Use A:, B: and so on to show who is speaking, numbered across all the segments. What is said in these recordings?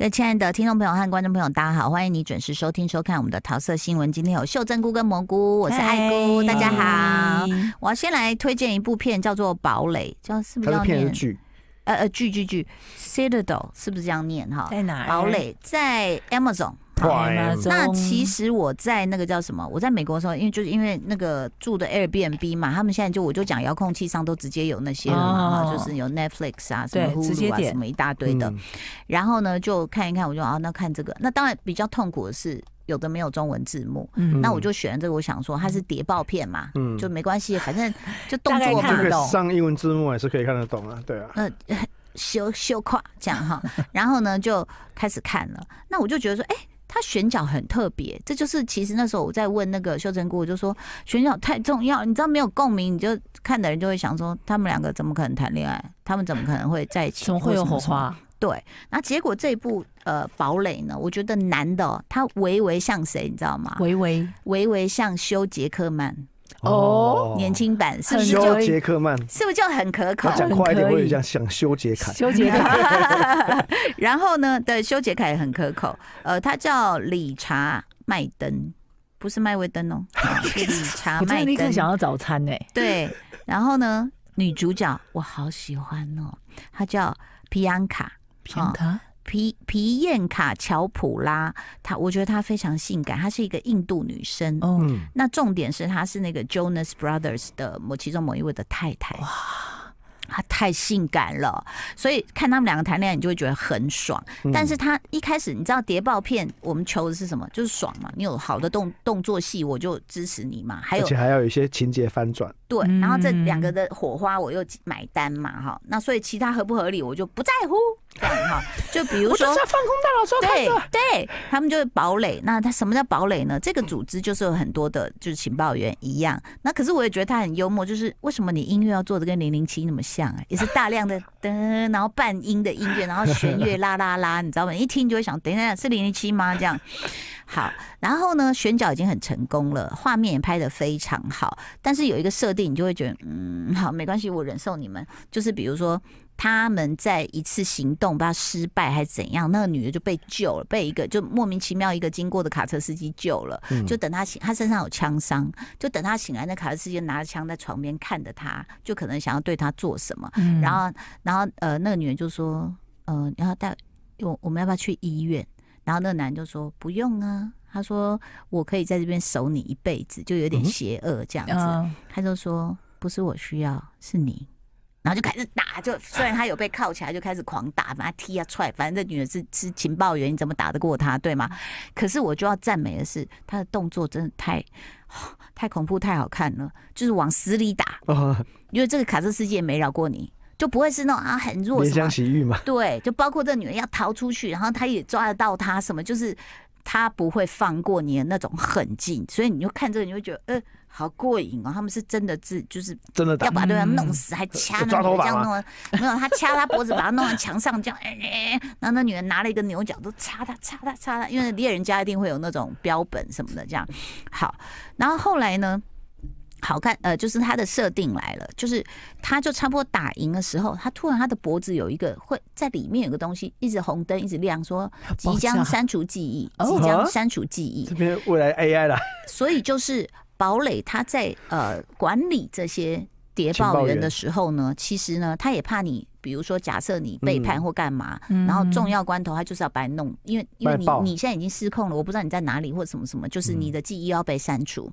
A: 位亲爱的听众朋友和观众朋友，大家好，欢迎你准时收听收看我们的桃色新闻。今天有秀珍菇跟蘑菇，我是爱菇，大家好。
B: 嗨
A: 我要先来推荐一部片，叫做《堡垒》，叫是不
C: 它
A: 是
C: 是
A: 要
C: 骗
A: 念
C: 人？剧，
A: 呃呃，剧剧剧，Citadel 是不是这样念哈？
B: 在哪儿？
A: 堡垒在 Amazon。
B: Prime
C: 哇
A: 那
B: 中
A: 其实我在那个叫什么？我在美国的时候，因为就是因为那个住的 Airbnb 嘛，他们现在就我就讲遥控器上都直接有那些了嘛，哈、
B: 哦
A: 就是有 Netflix 啊，什么
B: 对直接
A: Hulu 啊，
B: 点
A: 什么一大堆的。
C: 嗯
A: 然后呢，就看一看，我就啊，那看这个。那当然比较痛苦的是，有的没有中文字幕。
B: 嗯
A: 那我就选了这个，我想说它是谍报片嘛，
C: 嗯
A: 就没关系，反正就动
B: 大概
A: 作我
B: 看
A: 看
C: 这
A: 不
C: 个
A: 懂。
C: 上英文字幕也是可以看得懂啊，对啊，
A: 羞羞胯这样 哈，然后呢就开始看了。那我就觉得说，哎、他选角很特别，这就是其实那时候我在问那个修真姑，我就说选角太重要，你知道没有共鸣，你就看的人就会想说，他们两个怎么可能谈恋爱？他们怎么可能会在一起？
B: 怎么会有
A: 或什
B: 火
A: 什么？
B: 花？
A: 对，那结果这一部呃《堡垒》呢，我觉得男的、哦、他微微像谁，你知道吗？
B: 微微
A: 微微像修杰克曼，
B: 哦
A: 年轻版是不是
B: 很
A: 就
B: 有
C: 修杰克曼，
A: 是不是就很可口
C: 他？讲快一点，
B: 很可以
C: 我也想想修杰楷，
B: 修杰 楷
A: 然后呢，对，修杰楷也很可口，呃，他叫理查麦登，不是麦威登 哦，是理查
B: 我真
A: 麦
B: 的立刻
A: 登。
B: 想要早餐呢。
A: 对，然后呢，女主角我好喜欢哦，她叫皮安卡。
B: 骗他
A: 皮皮燕卡乔普拉，她我觉得她非常性感，她是一个印度女生。
B: 哦，
C: 嗯，
A: 那重点是她是那个 Jonas Brothers 的某其中某一位的太太。哇，她太性感了，所以看他们两个谈恋爱，你就会觉得很爽。
C: 嗯
A: 但是他一开始，你知道谍报片我们求的是什么？就是爽嘛，你有好的动动作戏，我就支持你嘛。还
C: 而
A: 有
C: 且还要有一些情节翻转，
A: 对，
B: 嗯
A: 然后这两个的火花我又买单嘛，哈。那所以其他合不合理我就不在乎，这样哈。就比如说，
C: 放空大脑说
A: 对对，他们就是堡垒。那他什么叫堡垒呢？这个组织就是有很多的，就是情报员一样。那可是我也觉得他很幽默，就是为什么你音乐要做的跟零零七那么像啊？也是大量的 噔，然后半音的音乐，然后弦乐啦啦啦，你知道吗？一听就会想，等一下是零零七吗？这样。好，然后呢，选角已经很成功了，画面也拍得非常好，但是有一个设定，你就会觉得，嗯，好，没关系，我忍受你们。就是比如说，他们在一次行动不知道失败还是怎样，那个女的就被救了，被一个就莫名其妙一个经过的卡车司机救了。
C: 嗯
A: 就等他醒，他身上有枪伤，就等他醒来，那卡车司机拿着枪在床边看着他，就可能想要对他做什么。
B: 嗯
A: 然后，然后呃，那个女人就说，呃，你要带我，我们要不要去医院？然后那个男人就说不用啊，他说我可以在这边守你一辈子，就有点
C: 嗯哼
A: 邪恶这样子。
B: 嗯，
A: 他就说不是我需要，是你。然后就开始打，就虽然他有被铐起来，就开始狂打，把他踢啊踹，反正这女的是是情报员，你怎么打得过她，对吗？可是我就要赞美的是，她的动作真的太太恐怖、太好看了，就是往死里打，
C: 啊，
A: 因为这个卡车司机也没饶过你，就不会是那种啊很弱
C: 怜
A: 什么
C: 香，惜玉嘛，
A: 对，就包括这女人要逃出去，然后他也抓得到她，什么就是他不会放过你的那种狠劲，所以你就看这个，你会觉得，呃，好过瘾哦，他们是真的是就是
C: 真的打嗯呃
A: 要，把对方弄死，还掐那
C: 抓
A: 女
C: 头
A: 的
C: 发
A: 这样弄，没有他掐她脖子，把她弄到墙上这样，哎哎哎然后那女人拿了一个牛角都插她，插她，插她，因为猎人家一定会有那种标本什么的这样。好，然后后来呢？好看，呃，就是他的设定来了，就是他就差不多打赢的时候，他突然他的脖子有一个会在里面有个东西一直红灯一直亮，说即将
B: 爆炸
A: 删除记忆，
B: 哦
A: 即将
C: 啊
A: 删除记忆
C: 这，边未来 AI 啦，
A: 所以就是堡垒他在呃管理这些谍报员的时候呢，其实呢他也怕你，比如说假设你背叛或干嘛，
B: 嗯
A: 然后重要关头他就是要把你弄，因为因为你
C: 卖爆嗯
A: 你现在已经失控了，我不知道你在哪里或什么什么，就是你的记忆要被删除。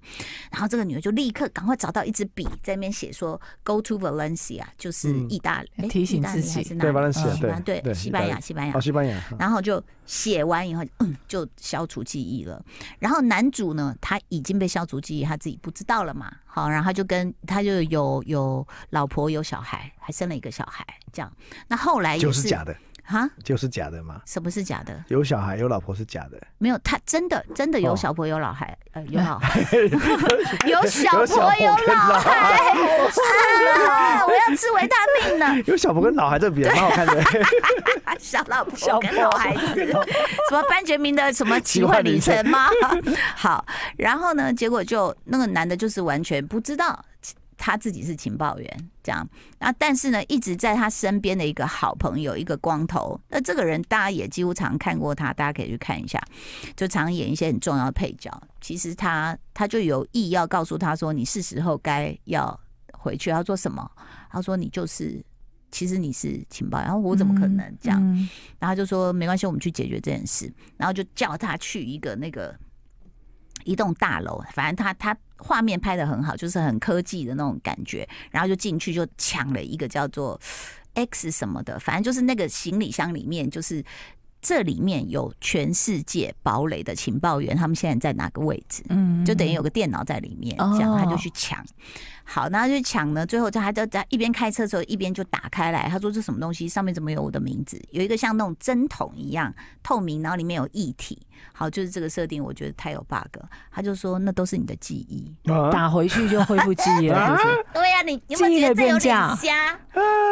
A: 然后这个女的就立刻赶快找到一支笔，在那边写说 “Go to Valencia”，就是
C: 嗯
A: 意大利、诶
B: 哎提醒
A: 意大利
B: 自己
A: 还是哪里？
C: 对
A: 嗯
C: ，Valencia，
A: 西班
C: 对
A: 对西班牙，
C: 意
A: 西班
C: 大
A: 牙
C: 利哦，西班牙，啊
A: 然后就写完以后，嗯，就消除记忆了。然后男主呢，他已经被消除记忆，他自己不知道了嘛。好，然后他就跟他就有有老婆有小孩，还生了一个小孩，这样。那后来也
C: 嗯就是假的，
A: 哈，
C: 就是假的嘛，
A: 什么是假的？
C: 有小孩有老婆是假的，
A: 没有，他真的真的有
C: 哦
A: 小婆有老孩， 呃，有老孩，有小
C: 有小
A: 婆
C: 婆
A: 有
C: 跟
A: 老
C: 老
A: 孩， 啊，我要吃维他命了。
C: 有小婆跟老孩这比还蛮好看的，
A: 啊，小老婆
B: 小
A: 跟
B: 婆
A: 老孩子，什么班杰明的什么奇幻旅程 吗？好，然后呢，结果就那个男的就是完全不知道。他自己是情报员，这样。那但是呢，一直在他身边的一个好朋友，一个光头。那这个人大家也几乎常看过他，大家可以去看一下，就常演一些很重要的配角。其实他他就有意要告诉他说，你是时候该要回去。他说什么？他说你就是，其实你是情报员。然后我怎么可能这样？
B: 嗯
A: 然后他就说没关系，我们去解决这件事。然后就叫他去一个那个一栋大楼，反正他他画面拍的很好，就是很科技的那种感觉。然后就进去就抢了一个叫做 X 什么的，反正就是那个行李箱里面就是。这里面有全世界堡垒的情报员，他们现在在哪个位置？
B: 嗯
A: 就等于有个电脑在里面，
B: 哦
A: 这样他就去抢。好，那他就抢呢，最后就他就在一边开车的时候一边就打开来，他说这什么东西？上面怎么有我的名字？有一个像那种针筒一样透明，然后里面有液体。好，就是这个设定，我觉得太有 bug。他就说那都是你的记忆。
C: 啊
B: 打回去就恢复记 忆了，是不是？
A: 对呀、你你有没有觉得这有
B: 记忆
A: 点
B: 的变
A: 瞎？
C: 啊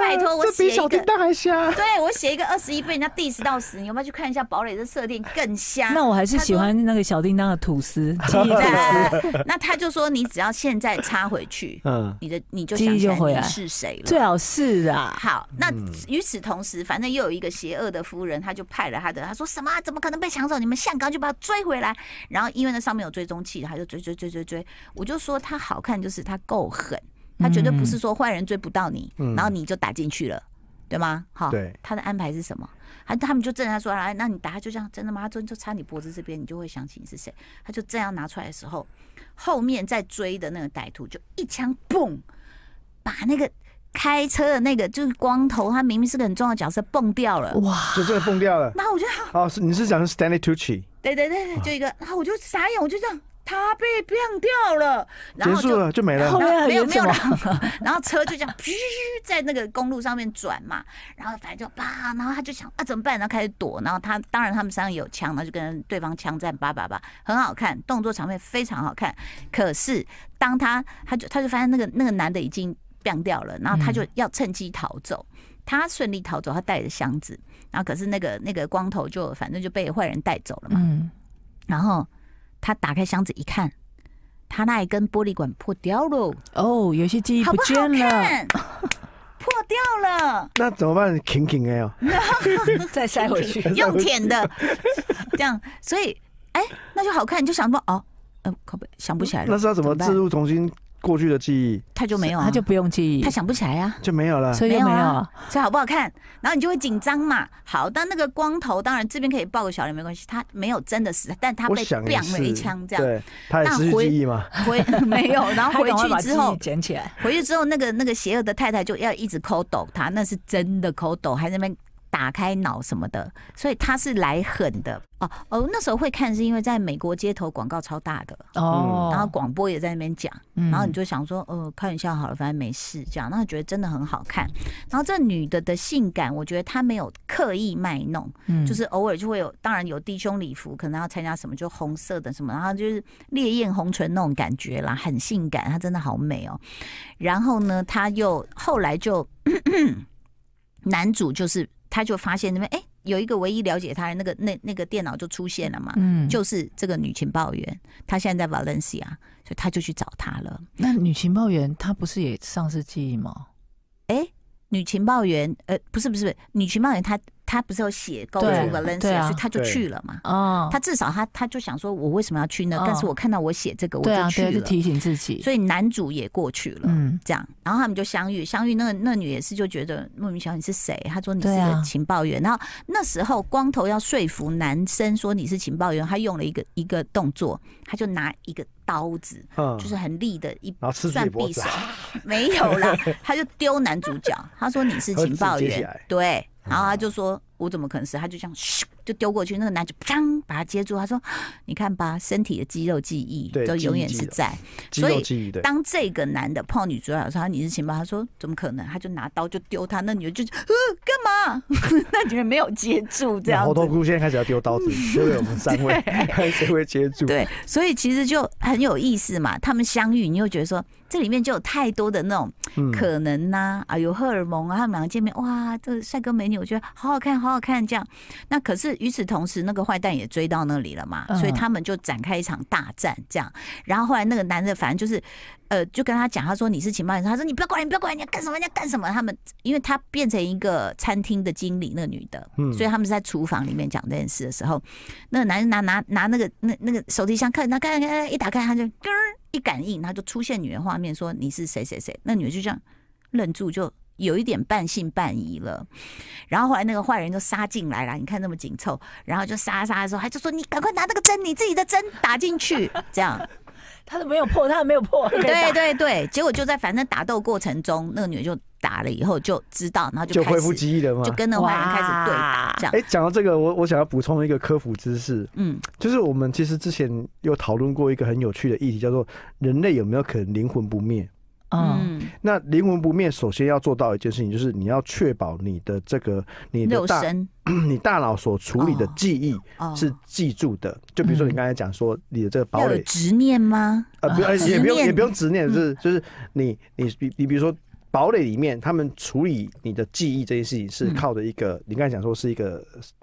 A: 拜托我
C: 这
A: 写一
C: 比
A: 个
C: 小叮当还瞎。
A: 对我写一个二十一被人家 diss 到死，你有没有去看一下堡垒的设定更瞎？
B: 那我还是喜欢那个小叮当的吐司，记忆吐司。
A: 对 那他就说你只要现在插回去，
C: 嗯，
A: 你的你就
B: 记忆
A: 想起
B: 就
A: 来
B: 回
A: 你
B: 来
A: 是谁了。
B: 最好是啊，
A: 好，那
C: 嗯
A: 与此同时，反正又有一个邪恶的夫人，她就派了她的，她说什么啊、怎么可能被抢走？你们下岗就把她追回来。然后因为那上面有追踪器，她就追追追追
C: 嗯
A: 追。我就说她好看，就是她够狠，她绝对不是说坏人追不到你，
C: 嗯
A: 然后你就打进去了，对吗？好，
C: 对
A: 她的安排是什么？他他们就正在说，哎，那你打，就这样，真的吗？他就就插你脖子这边，你就会想起你是谁。他就这样拿出来的时候，后面在追的那个歹徒就一枪嘣，把那个开车的那个就是光头，他明明是个很重要的角色，蹦掉了。
C: 哦
B: 哇，
C: 就这个崩掉了。
A: 然后我就，
C: 哦，是你是讲 Stanley Tucci
A: 对对对，就一个，然后我就傻眼，我就这样，他被变掉了，然
C: 结
A: 后
C: 束
A: 就。
C: 了就没了
B: 后。面
A: 然后
B: 还
A: 没有
B: 演
A: 没
B: 什
A: 有，
B: 么
A: 然后然后车就这样， 噗，在那个公路上面转嘛，然后反正就叭，然后他就想啊怎么办，然后开始躲，然后他当然他们身上有枪，然后就跟对方枪战，叭叭叭，很好看，动作场面非常好看。可是当他他就他就发现那个那个男的已经变掉了，然后他就要趁机逃走。他顺利逃走，他带着箱子，然后可是那个那个光头就反正就被坏人带走了嘛。
B: 嗯，
A: 然后他打开箱子一看，他那一根玻璃管破掉了。
B: 哦，有些记忆
A: 好不好
B: 见了，
A: 看？破掉 了，
C: 那怎么办？King King 哎呦，
B: 再塞 回去。
A: 用舔 的，这样，所以哎、那就好看，你就想说哦，呃，靠背想不起来了，
C: 那是要怎么
A: 办
C: 置入重新过去的记忆
A: 他就没有、啊，
B: 他就不用记忆
A: 他，想不起来啊，
C: 就没有了。
B: 所以就没
A: 没有
B: 有
A: 啊。所以好不好看？然后你就会紧张嘛。好，但那个光头当然这边可以爆个小脸没关系，他没有真的死，但他
C: 我
A: 被
C: 想也
A: 砰了
C: 是
A: 一枪这样
C: 对，他也
A: 那
C: 失去
A: 回
C: 记忆嘛。
A: 回 没有，然后
B: 他
A: 回
B: 赶快把
A: 去之后
B: 记忆捡起来，
A: 回去之后，那个那个邪恶的太太就要一直抠抖他，那是真的抠抖，还在那边打开脑什么的，所以他是来狠的哦哦。那时候会看是因为在美国街头广告超大的，
B: 哦，
A: 然后广播也在那边讲，
B: 嗯
A: 然后你就想说，呃，看一下好了，反正没事这样，然后觉得真的很好看。然后这女的的性感，我觉得她没有刻意卖弄，
B: 嗯
A: 就是偶尔就会有，当然有弟兄礼服，可能要参加什么就红色的什么，然后就是烈焰红唇那种感觉啦，很性感，她真的好美哦。然后呢，她又后来就 男主就是他就发现那边哎、诶有一个唯一了解他的那个那那个电脑就出现了嘛。
B: 嗯
A: 就是这个女情报员，她现在在 Valencia，所以他就去找她了。
B: 那女情报员她不是也丧失记忆吗？
A: 女情报员，呃，不是不是，不是女情报员她她不是有写勾出
B: 对
A: Valencia，、
B: 对啊
A: 所以她就
C: 对
A: 去了嘛。
B: 哦，
A: 他至少他他就想说，我为什么要去那？
B: 嗯
A: 但是我看到我写这个，我
B: 对啊，
A: 就
B: 对啊，
A: 去
B: 就
A: 了。
B: 提醒自己。
A: 所以男主也过去了，
B: 嗯，
A: 这样，然后他们就相遇，相遇那个那女也是就觉得莫名其妙你是谁？他说你是
B: 对啊
A: 个情报员。然后那时候光头要说服男生说你是情报员，他用了一个一个动作，他就拿一个刀子，
C: 嗯，
A: 就是很利的一
C: 然后吃自己
A: 算
C: 脖
A: 匕
C: 子
A: 首
C: 啊，
A: 没有啦，他就丢男主角，他说你是情报
C: 他就直接起
A: 员
C: 来，嗯
A: 对，然后他就说我怎么可能是，他就这样咻就丢过去，那个男主砰把他接住，他说你看吧，身体的肌肉记忆
C: 对
A: 都
C: 记忆
A: 永远
C: 记
A: 是
C: 得
A: 在。
C: 肌
A: 所以
C: 肉记忆对。
A: 当这个男的碰女主角的时候，他说你是情报，他说怎么可能，他就拿刀就丢他，那女的就呃干嘛？ 那女的没有接住这
C: 然
A: 样
C: 后
A: 子
C: 头，菇现在开始要丢 刀子，丢给我们三 位，看谁会接住。
A: 对，所以其实就很有意思嘛。他们相遇，你又觉得说这里面就有太多的那种
C: 嗯，
A: 可能呐、啊，有荷尔蒙啊，他们两个见面，哇，这个帅哥美女，我觉得好好看，好好看，这样。那可是与此同时，那个坏蛋也追到那里了嘛，
B: 嗯
A: 所以他们就展开一场大战，这样。然后后来那个男的，反正就是，呃，就跟他讲，他说你是情报人，他说你不要过来，你不要过来，你要干什么？你要干什么？他们因为他变成一个餐厅的经理，那个女的，
C: 嗯
A: 所以他们是在厨房里面讲这件事的时候，那个男人拿拿拿那个那那个手提箱看，他看看看一打开，他就咯儿一感应，他就出现女人画面，说你是谁谁谁，那女的就这样愣住，就有一点半信半疑了。然后后来那个坏人就杀进来了，你看那么紧凑，然后就杀杀的时候，他就说你赶快拿那个针，你自己的针打进去，这样。
B: 他都没有破，他都没有破，
A: 对对对，结果就在反正打斗过程中，那个女的就打了以后就知道，然后就
C: 就
A: 开始
C: 恢复记忆了吗
A: 就？跟那个坏人开始对打
B: 哇，
A: 这样。
C: 哎，讲到这个，我我想要补充一个科普知识，
A: 嗯，
C: 就是我们其实之前有讨论过一个很有趣的议题，叫做人类有没有可能灵魂不灭？
B: 嗯，
A: 嗯，
C: 那灵魂不灭，首先要做到一件事情，就是你要确保你的这个你的
A: 肉
C: 大
A: 身
C: 你大脑所处理的
A: 哦
C: 记忆
A: 哦，
C: 是记住的。就比如说你刚才讲说你的这个堡
A: 要有
C: 垒，
A: 执念吗？
C: 呃，不要
A: 嗯哦执
C: 也不用
A: 念嗯
C: 也不用执念，就是就是你你比你比如说。堡垒里面，他们处理你的记忆这件事情是
A: 嗯
C: 靠着一个，你刚才讲说是一个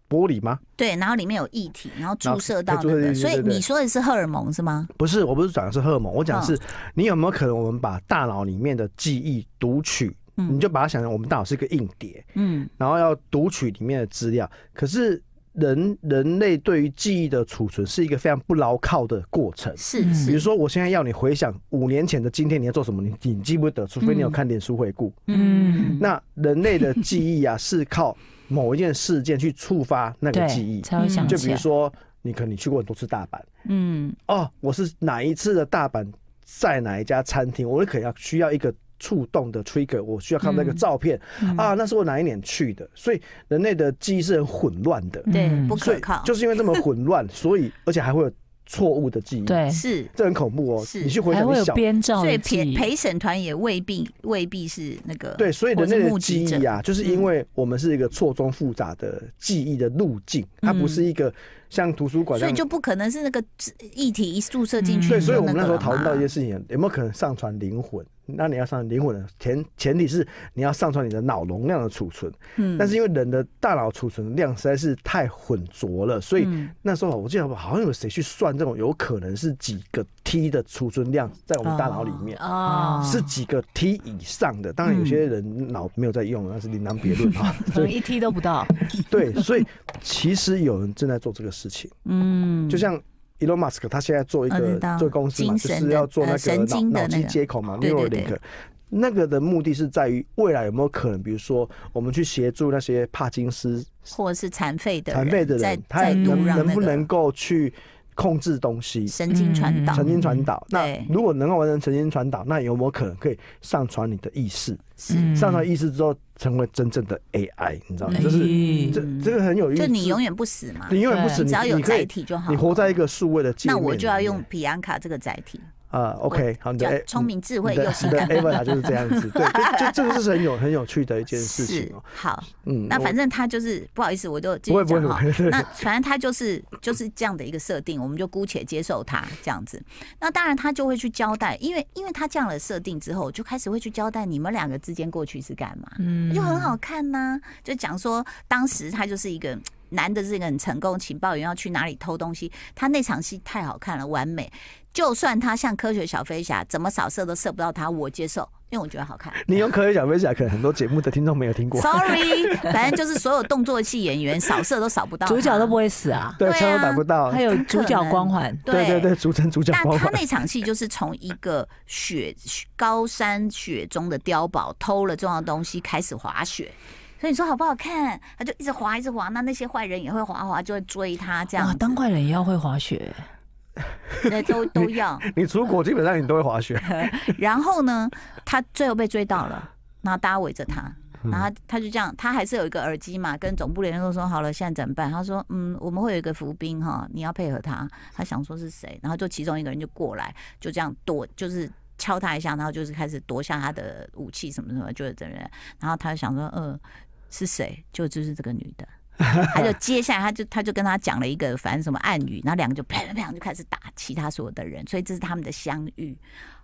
C: 玻璃吗？
A: 对，然后里面有液体，然后
C: 然
A: 注
C: 后
A: 射到
C: 注
A: 那
C: 射
A: 个，
C: 进去
A: 所以
C: 对对
A: 你说的是荷尔蒙是吗？
C: 不是，我不是讲的是荷尔蒙，我讲的是、
A: 嗯
C: 你有没有可能我们把大脑里面的记忆读取，
A: 嗯
C: 你就把它想成我们大脑是一个硬碟，
A: 嗯，
C: 然后要读取里面的资料。可是人人类对于记忆的储存是一个非常不牢靠的过程。
A: 是
B: 嗯
A: 是，
C: 比如说，我现在要你回想五年前的今天你要做什么，你你记不得，除非你有看脸书回顾。
A: 嗯，
C: 那人类的记忆啊，是靠某一件事件去触发那个记忆
B: 对，。才会嗯想
C: 就
B: 起
C: 比
B: 来
C: 如。说，你可能你去过很多次大阪，
A: 嗯
C: 哦，我是哪一次的大阪，在哪一家餐厅，我可能要需要一个触动的 trigger，我需要看到那
A: 嗯
C: 个照片、啊，那是我哪一年去的，所以人类的记忆是很混乱的，
A: 对，
B: 嗯
A: 不
C: 所
A: 可
C: 以
A: 靠，
C: 就是因为这么 混乱，所以而且还会有错误的记忆，，
B: 对，
A: 是，
C: 这很恐怖哦，
A: 是
C: 你去回
B: 还
C: 想
B: 会
C: 你
B: 有
C: 小。
B: 编造
A: 所以
B: 的
A: 陪
B: 记忆，
A: 陪审团也未必未必是那个
C: 对，所以
A: 或
C: 人
A: 是
C: 类的
A: 目
C: 记
A: 击
C: 忆
A: 者
C: 啊，就是因为我们是一个错综复杂的记忆的路径，它不是一个像图书馆
A: 嗯
C: 那
A: 所以
C: 样
A: 就不可能是那个液体一注射进去就
B: 嗯
A: 个了嘛。
C: 对，所以我们那时候讨论到一件事情，有没有可能上传灵魂？那你要上传灵魂的前前提是你要上传你的脑容量的储存，
A: 嗯
C: 但是因为人的大脑储存量实在是太浑浊了，所以
A: 嗯
C: 那时候我记得好像有谁去算这种有可能是几个 T 的储存量在我们大脑里面。
A: 哦，
C: 是几个 T 以上的，当然有些人脑没有在用，那是另当别论啊。
A: 嗯
B: 可能一 T 都 不到。
C: 对，所以其实有人正在做这个事情。
A: 嗯，
C: 就像 Elon Musk 他现在做一
A: 我
C: 个
A: 知道
C: 做公司嘛，
A: 精
C: 就
A: 神
C: 是
A: 的
C: 要做
A: 呃
C: 那
A: 神
C: 个脑
A: 经的
C: 脑
A: 那
C: 机
A: 个
C: 接口嘛
A: 对对对
C: ，Neuralink。那个的目的是在于未来有没有可能，比如说我们去协助那些帕金斯
A: 或者是残废的
C: 残废的
A: 在
C: 人，他
A: 在
C: 能
A: 读让
C: 能
A: 那
C: 不
A: 个
C: 能够去控制东西，
A: 神经传导
C: 神经传导？那
A: 嗯对
C: 如果能够完成神经传导，那有没有可能可以上传你的意识？
A: 是，嗯
C: 上传意识之后，成为真正的 AI，你知道吗？就是
B: 咦
C: 这这个很有意思，
A: 就你永远不死嘛，
C: 你永远不
B: 对
C: 死，
A: 只
C: 你
A: 要有
C: 你可
A: 载
C: 以
A: 体就好。
C: 你活在一个数位的界
A: 那
C: 面，
A: 我就要用比安卡这个载体，
C: 啊、o k 好，你的
A: 叫
C: A- 嗯
A: 聪明智慧
C: 你的
A: 又性
C: 你的
A: 感。
C: avatar 就是这样子，对，这这这个是很有很有趣的一件事情
A: 是
C: 哦。
A: 好，
C: 嗯，
A: 那
C: 我
A: 反正他就是不好意思，我就继
C: 不
A: 续
C: 会不会
A: 讲哈
C: 不。会
A: 那反正他就是就是这样的一个设定，我们就姑且接受他这样子。那当然他就会去交代，因为因为他这样的设定之后，就开始会去交代你们两个之间过去是干嘛。
B: 嗯
A: 就很好看呐、就讲说当时他就是一个男的，是一个很成功的情报员，要去哪里偷东西，他那场戏太好看了，完美。就算他像科学小飞侠，怎么扫射都射不到他，我接受，因为我觉得好看。
C: 你用科学讲分享，可能很多节目的听众没有听过，
A: Sorry，反正就是所有动作戏演员扫射都扫不到他，
B: 主角都不会死啊，
C: 对，
A: 对啊
C: 枪都打不到
B: 还，有主角光环，
C: 对对对，主成主角
A: 但
C: 光
A: 他
C: 环，
A: 那场戏就是从一个雪雪高山雪中的碉堡偷了重要东西开始滑雪，所以你说好不好看？他就一直滑，一直滑，那那些坏人也会滑滑，就会追他这
B: 哇
A: 样，，
B: 啊当坏人也要会滑雪，
A: 对，都都要。
C: 你出国基本上你都会滑雪，
A: 然后呢，他最后被追到了，然后大家围着他。然后他他就这样，他还是有一个耳机嘛，跟总部联络说好了，现在怎么办？他说，嗯，我们会有一个伏兵哈，你要配合他。他想说是谁，然后就其中一个人就过来，就这样躲，就是敲他一下，然后就是开始夺下他的武器什么什么，就是这人。然后他就想说，嗯、是谁？就就是这个女的。他就接下来，他就他就跟他讲了一个反正什么暗语，然后两个就啪啪啪就开始打其他所有的人，所以这是他们的相遇，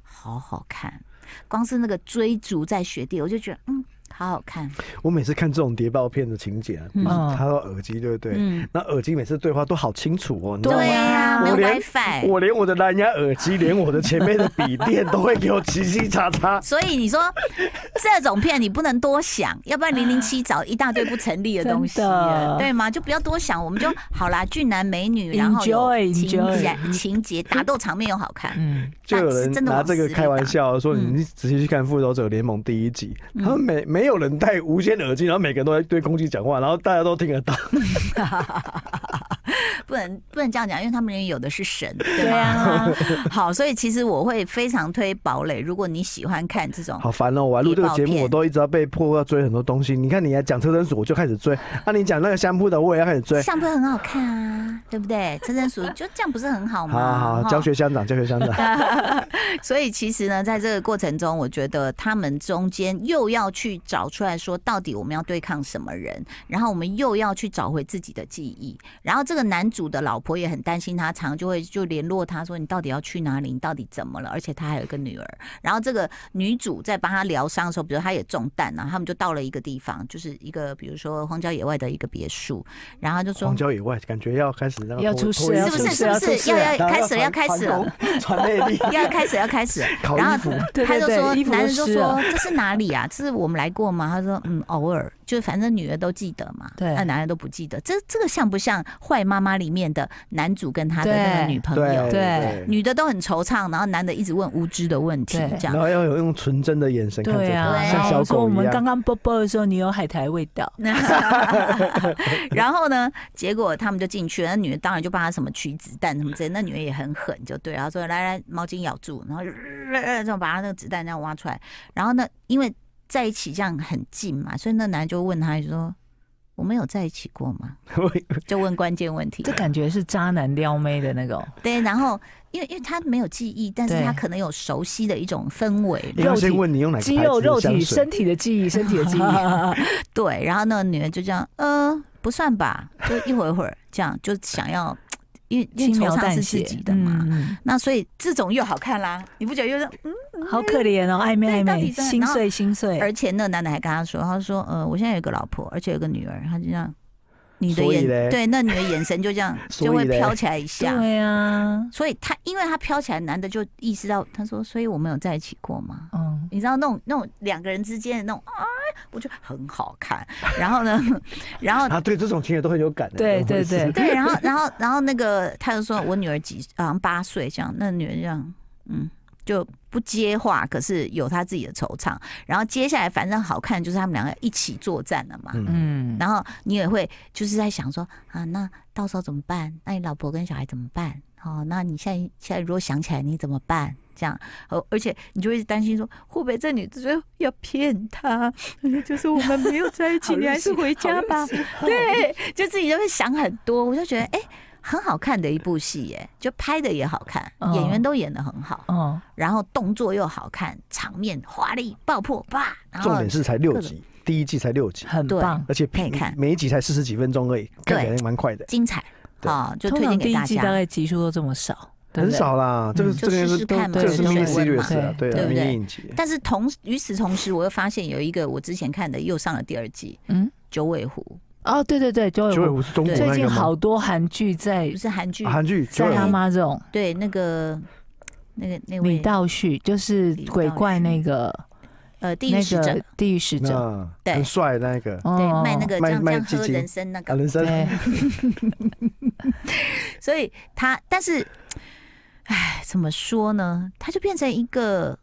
A: 好好看。光是那个追逐在雪地，我就觉得嗯，好好看。
C: 我每次看这种谍报片的情节、啊，
A: 嗯
C: 比如说他的耳机，对不对？
B: 嗯，
C: 那耳机每次对话都好清楚哦，你知道吗
A: 对呀、没有
C: 我连
A: WiFi。
C: 我连我的蓝牙耳机，连我的前面的笔电都会给我叽叽喳喳。
A: 所以你说这种片你不能多想，要不然零零
C: 啊
A: 七找一大堆不成立的东西啊
B: 真的，
A: 对吗？就不要多想，我们就好啦。俊男美女，然后有
B: Enjoy，
A: 情节
B: enjoy
A: 情节打斗场面又好看，
B: 嗯，
C: 就有
A: 那是
C: 人
A: 真的
C: 拿
A: 往
C: 这个
A: 死里
C: 开玩
A: 打
C: 笑说：“
A: 嗯
C: 你仔细去看《复仇者联盟》第一集，他们每没有人戴无线耳机，然后每个人都在对空气讲话，然后大家都听得到。
A: 哦不能不能这样讲，因为他们有的是神，对
B: 对
A: 吗？
B: 啊，
A: 好，所以其实我会非常推堡垒，如果你喜欢看这种
C: 好烦哦！我还录这个节
A: 谍报
C: 目，
A: 片
C: 我都一直要被迫要追很多东西。你看，你还讲车身鼠，我就开始追；啊，你讲那个相扑的，我也要开始追。
A: 相扑很好看啊，对不对？真正属于就这样不是很好
C: 好
A: 吗？
C: 好好，
A: 哈
C: 教学乡长，教学乡长。
A: 所以其实呢，在这个过程中，我觉得他们中间又要去找出来说，到底我们要对抗什么人，然后我们又要去找回自己的记忆。然后这个男主的老婆也很担心他，常就会就联络他说：“你到底要去哪里？你到底怎么了？”而且他还有一个女儿。然后这个女主在帮他疗伤的时候，比如他也中弹啊，他们就到了一个地方，就是一个比如说荒郊野外的一个别墅，然后他就说
C: 哦荒郊野外，感觉要开始那个
B: 要
C: 脱
B: 出事
C: 脱衣
B: 要
A: 是
C: 服
A: 不
B: 出
A: 是？是
B: 事
A: 不
B: 要出
A: 是
B: 事
A: 要要
C: 然后
A: 开始了？要
C: 传
A: 开始了
C: 传？统传内力，
A: 要开始要开始，
C: 烤
A: 然
C: 衣
A: 后
C: 服。
B: 对
A: 他
B: 对
A: 就
B: 对
A: 说，
B: 衣服
A: 男人
B: 湿
A: 就说
B: 了
A: 这是哪里啊？这是我们来过吗？他说，嗯，偶尔，就反正女的都记得嘛，
B: 对
A: 那男人都不记得。这这个像不像《坏妈妈》里面的男主跟他的
B: 对
A: 那个女朋
C: 对
A: 友？
B: 对
A: 女的都很惆怅，然后男的一直问无知的问题
B: 对，
A: 这
C: 然
A: 样。
C: 后要有用纯真的眼神看着
B: 对
C: 他，
B: 啊，
A: 对
C: 像小
B: 我说
C: 狗
B: 我
C: 一
B: 们刚
C: 样。
B: 刚啵啵的时候，你有海苔味道，
A: 然后呢，结果他们就进去了，那女的当然就帮他什么取子弹什么之类，那女的也很狠，就对，她说来来，毛巾咬住，然后就 这样把他那个子弹这样挖出来。然后呢，因为在一起这样很近嘛，所以那男的就问他就说：“我们有在一起过吗？”就问关键 问题。
B: 这感觉是渣男撩妹的那 种，
A: 对，然后因为因为他没有记忆，但是
B: 对
A: 他可能有熟悉的一种氛围。
C: 你要
B: 肉体
C: 先问你用哪个
B: 肌
C: 牌
B: 肉、
C: 子
B: 肉
C: 的
B: 体、
C: 香水
B: 身？体的记 忆、身体的记忆，
A: 对，然后那个女人就这样，呃，不算 吧，就一会儿一会儿这样，就想要，因为因为
B: 轻
A: 惆
B: 描
A: 怅
B: 淡
A: 是自
B: 写
A: 己的嘛。
B: 嗯
A: 那所以这种又好看啦，你不觉得又是？
B: 嗯好可怜哦，暧昧
A: 对
B: 暧
A: 到底
B: 昧，
A: 真的
B: 心
A: 然后
B: 碎心碎，
A: 而且那个男的还跟他说，他说：“呃，我现在有一个老婆，而且有个女儿。”他就这样，你的
C: 所以
A: 眼
C: 嘞
A: 对那女的眼神就这样
C: 所
A: 就会
C: 以嘞
A: 飘起来一下。
B: 对啊，
A: 所以他因为他飘起来，男的就意识到，他说：“所以我们有在一起过吗？”
B: 嗯，
A: 你知道那种那种两个人之间的那种，哎，我觉得很好看。然后呢， 然后
C: 啊，对，这种情节都很有感的。
B: 对
C: 怎么回事
B: 对 对
A: 对，然后然后然后那个他就说我女儿几好像八岁这样，那女人这样，嗯，就不接话，可是有她自己的惆怅。然后接下来反正好看就是他们两个一起作战了嘛。
C: 嗯，
B: 嗯，
A: 然后你也会就是在想说啊，那到时候怎么办？那你老婆跟小孩怎么办？哦，那你现在现在如果想起来你怎么办？这样，哦，而且你就会担心说，会不会这女的最后要骗他？ 就是我们没有在一起，你还是回家吧。对，就自己就会想很多。我就觉得，哎、很好看的一部戏耶，就拍的也好看，
B: 哦
A: 演员都演的很好，
B: 哦，
A: 然后动作又好看，场面华丽爆破，啪！然
C: 重
A: 后
C: 点是才六
A: 各种
C: 集，第一季才六集，
B: 很
A: 对
B: 棒，
C: 而且
A: 可以
C: 平
A: 看
C: 每一集才四十几分钟而已，看起来蛮快的，
A: 精彩
C: 对
A: 啊、就
B: 通
A: 推荐
B: 常
A: 给
B: 第一
A: 大
B: 季大
A: 家。
B: 概集数都这么少，对不
C: 很
B: 对，
C: 少啦。这个
B: 嗯
C: 这个
A: 就试
C: 是
A: 试
C: 都
A: 看嘛
C: 这个是
B: 对
C: mini
B: 都是
C: series 啊，
B: 对
C: 对
A: 对
C: 啊
A: 不对
C: ，mini 影集。
A: 但是同与此同时，我又发现有一个我之前看的又上了第二季，
B: 嗯，
A: 九尾狐
B: 哦，对对对，九
C: 九尾
B: 尾狐，
C: 狐是中国
B: 最
C: 那
B: 近
C: 个吗
B: 好？多韩剧在
A: 不是韩剧，
C: 啊韩剧九
B: 在
C: 尾
B: 他
C: 狐
B: 妈这种
A: 对那个那个那
B: 李
A: 位
B: 道旭，就是鬼怪那个
A: 呃地狱
B: 那
A: 使者，
B: 个地狱使者，
C: 那
A: 对
C: 很帅那个
A: 对
B: 哦，
A: 卖那个这
C: 卖
A: 样这
C: 卖
A: 样
C: 鸡
A: 喝
C: 精
A: 人参那
C: 啊，
A: 个，
C: 人生
B: 对，
A: 所以他但是，唉，怎么说呢？他就变成一个，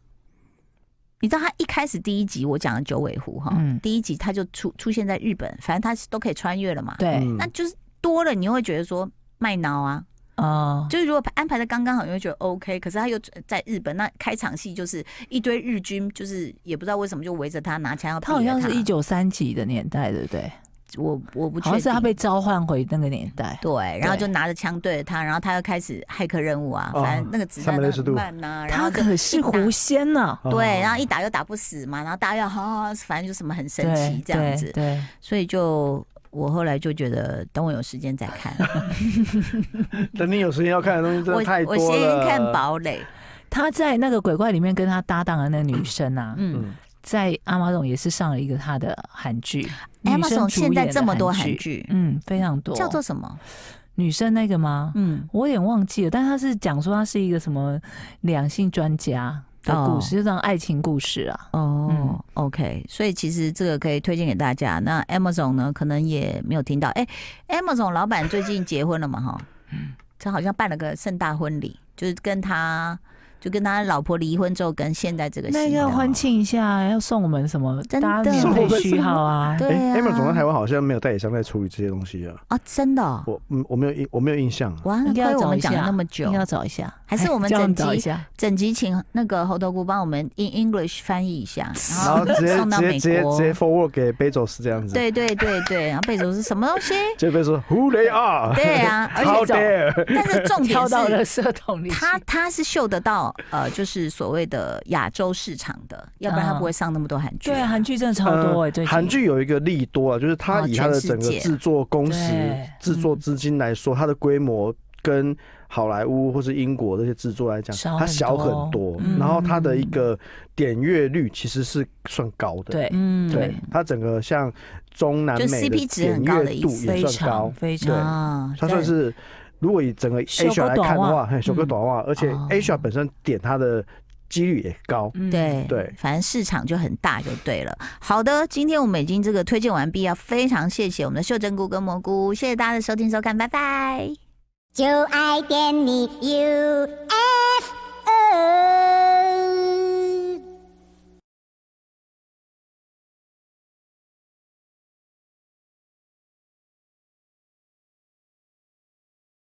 A: 你知道他一开始第一集我讲的九尾狐哈，
B: 嗯
A: 第一集他就出出现在日本，反正他是都可以穿越了嘛，
B: 对，
C: 嗯
A: 那就是多了你会觉得说卖脑啊，
B: 哦，
A: 就是如果安排的刚刚好，你会觉得 OK。可是他又在日本，那开场戏就是一堆日军，就是也不知道为什么就围着他拿枪要
B: 他好像
A: 毙了
B: 是一，九三几的年代，对不对？
A: 我我啊不确
B: 好像
A: 定。
B: 是他被召唤回那个年代。
A: 对，然后就拿着枪对着他，然后他又开始骇客任务啊，
C: 哦
A: 反正那个子弹都很慢呐、然后
B: 他
A: 就
B: 可是狐仙啊呢，
C: 哦
A: 对，然后一打又打不死嘛，然后大家又哈、反正就什么很神奇
B: 对
A: 这样子
B: 对，对，
A: 所以就我后来就觉得，等我有时间再看，
C: 等你有时间要看的东西真
A: 我
C: 的太
A: 我
C: 多了。
A: 先看堡垒，
B: 他在那个鬼怪里面跟他搭档的那个女生啊，
A: 嗯
C: 嗯，
B: 在阿玛总也是上了一个他的韩剧。女生
A: ，Amazon
B: 主
A: 现在
B: 演的
A: 这么多韩
B: 韩，
A: 剧，
B: 嗯，非常多。
A: 叫做什么？
B: 女生那个吗？
A: 嗯，
B: 我有点忘记了，但他是讲说他是一个什么两性专家的故事，就像爱情故事啊。
A: 哦
B: 嗯、
A: o k 所以其实这个可以推荐给大家。那 Amazon 呢，可能也没有听到。哎、a m a z o n 老板最近结婚了嘛？哈，
B: 嗯
A: 他好像办了个盛大婚礼，就是跟他就跟他老婆离婚之后，跟现在这个
B: 那
A: 新的哦
B: 要欢庆一下，要送我们什么？
A: 真的
B: 大家免费序 号啊！
A: 对啊
C: 哎 a m a 总在台湾好像没有代理商在处理这些东西啊，
A: 啊，真的、哦。
C: 我嗯我没有印我没有印象啊。
A: 哇，
B: 应该要
A: 亏我
B: 找
A: 们
B: 一下
A: 讲了那么久
B: 应该，要找一下，
A: 还是我们
B: 哎这
A: 整
B: 样找一
A: 集
B: 下？
A: 整集请那个猴头菇帮我们 in English 翻译一下，
C: 然后直接
A: 送到
C: 直接
A: 美
C: 直接直
A: 国。
C: 接 forward 给贝佐斯这样子，
A: 对对对对，然后贝佐是什么东 西？
C: 就被说 Who they are？
A: 对 啊，而
C: How
A: 且
C: dare？
A: 但是重点
B: 跳到
A: 是
B: 了社桶里去。
A: 他他是嗅得到呃，就是所谓的亚洲市场的，要不然他不会上那么多韩剧。
B: 对啊，韩剧真的超多哎、最近
C: 呃韩剧有一个利多啊，就是
A: 欸
C: 它
A: 哦
C: 以它的
A: 全世
C: 整个
A: 界嗯
C: 制作工时
B: 对、
C: 制作资金来说，它的规模跟好莱坞或是英国这些制作来讲
B: 少，很
C: 它小很
B: 多
C: 多
A: 嗯，
C: 然后它的一个点阅率其实是算高的。
B: 对，
A: 嗯
C: 对，它整个像中南
A: 就
C: 美
A: CP
C: 的
A: 值很
C: 点
A: 高的
C: 阅
A: 意
C: 度
A: 思
B: 非
C: 也算
B: 常
C: 高，
B: 非
C: 对
B: 常
A: 啊，
C: 它算
A: 对
C: 是。如果以整个
B: 小
C: Asia
B: 个
C: 来
B: 短
C: 看的
B: 袜
C: 话，嘿，小哥
B: 嗯
C: 短袜，而且
A: 哦
C: Asia 本身点它的几率也高。
B: 嗯
A: 对
C: 对
A: 反正市场就很大就对了。好的，今天我们已经这个推荐完毕啊，非常谢谢我们的秀珍菇跟蘑菇，谢谢大家的收听收看，拜拜。
D: 就爱点你 U。F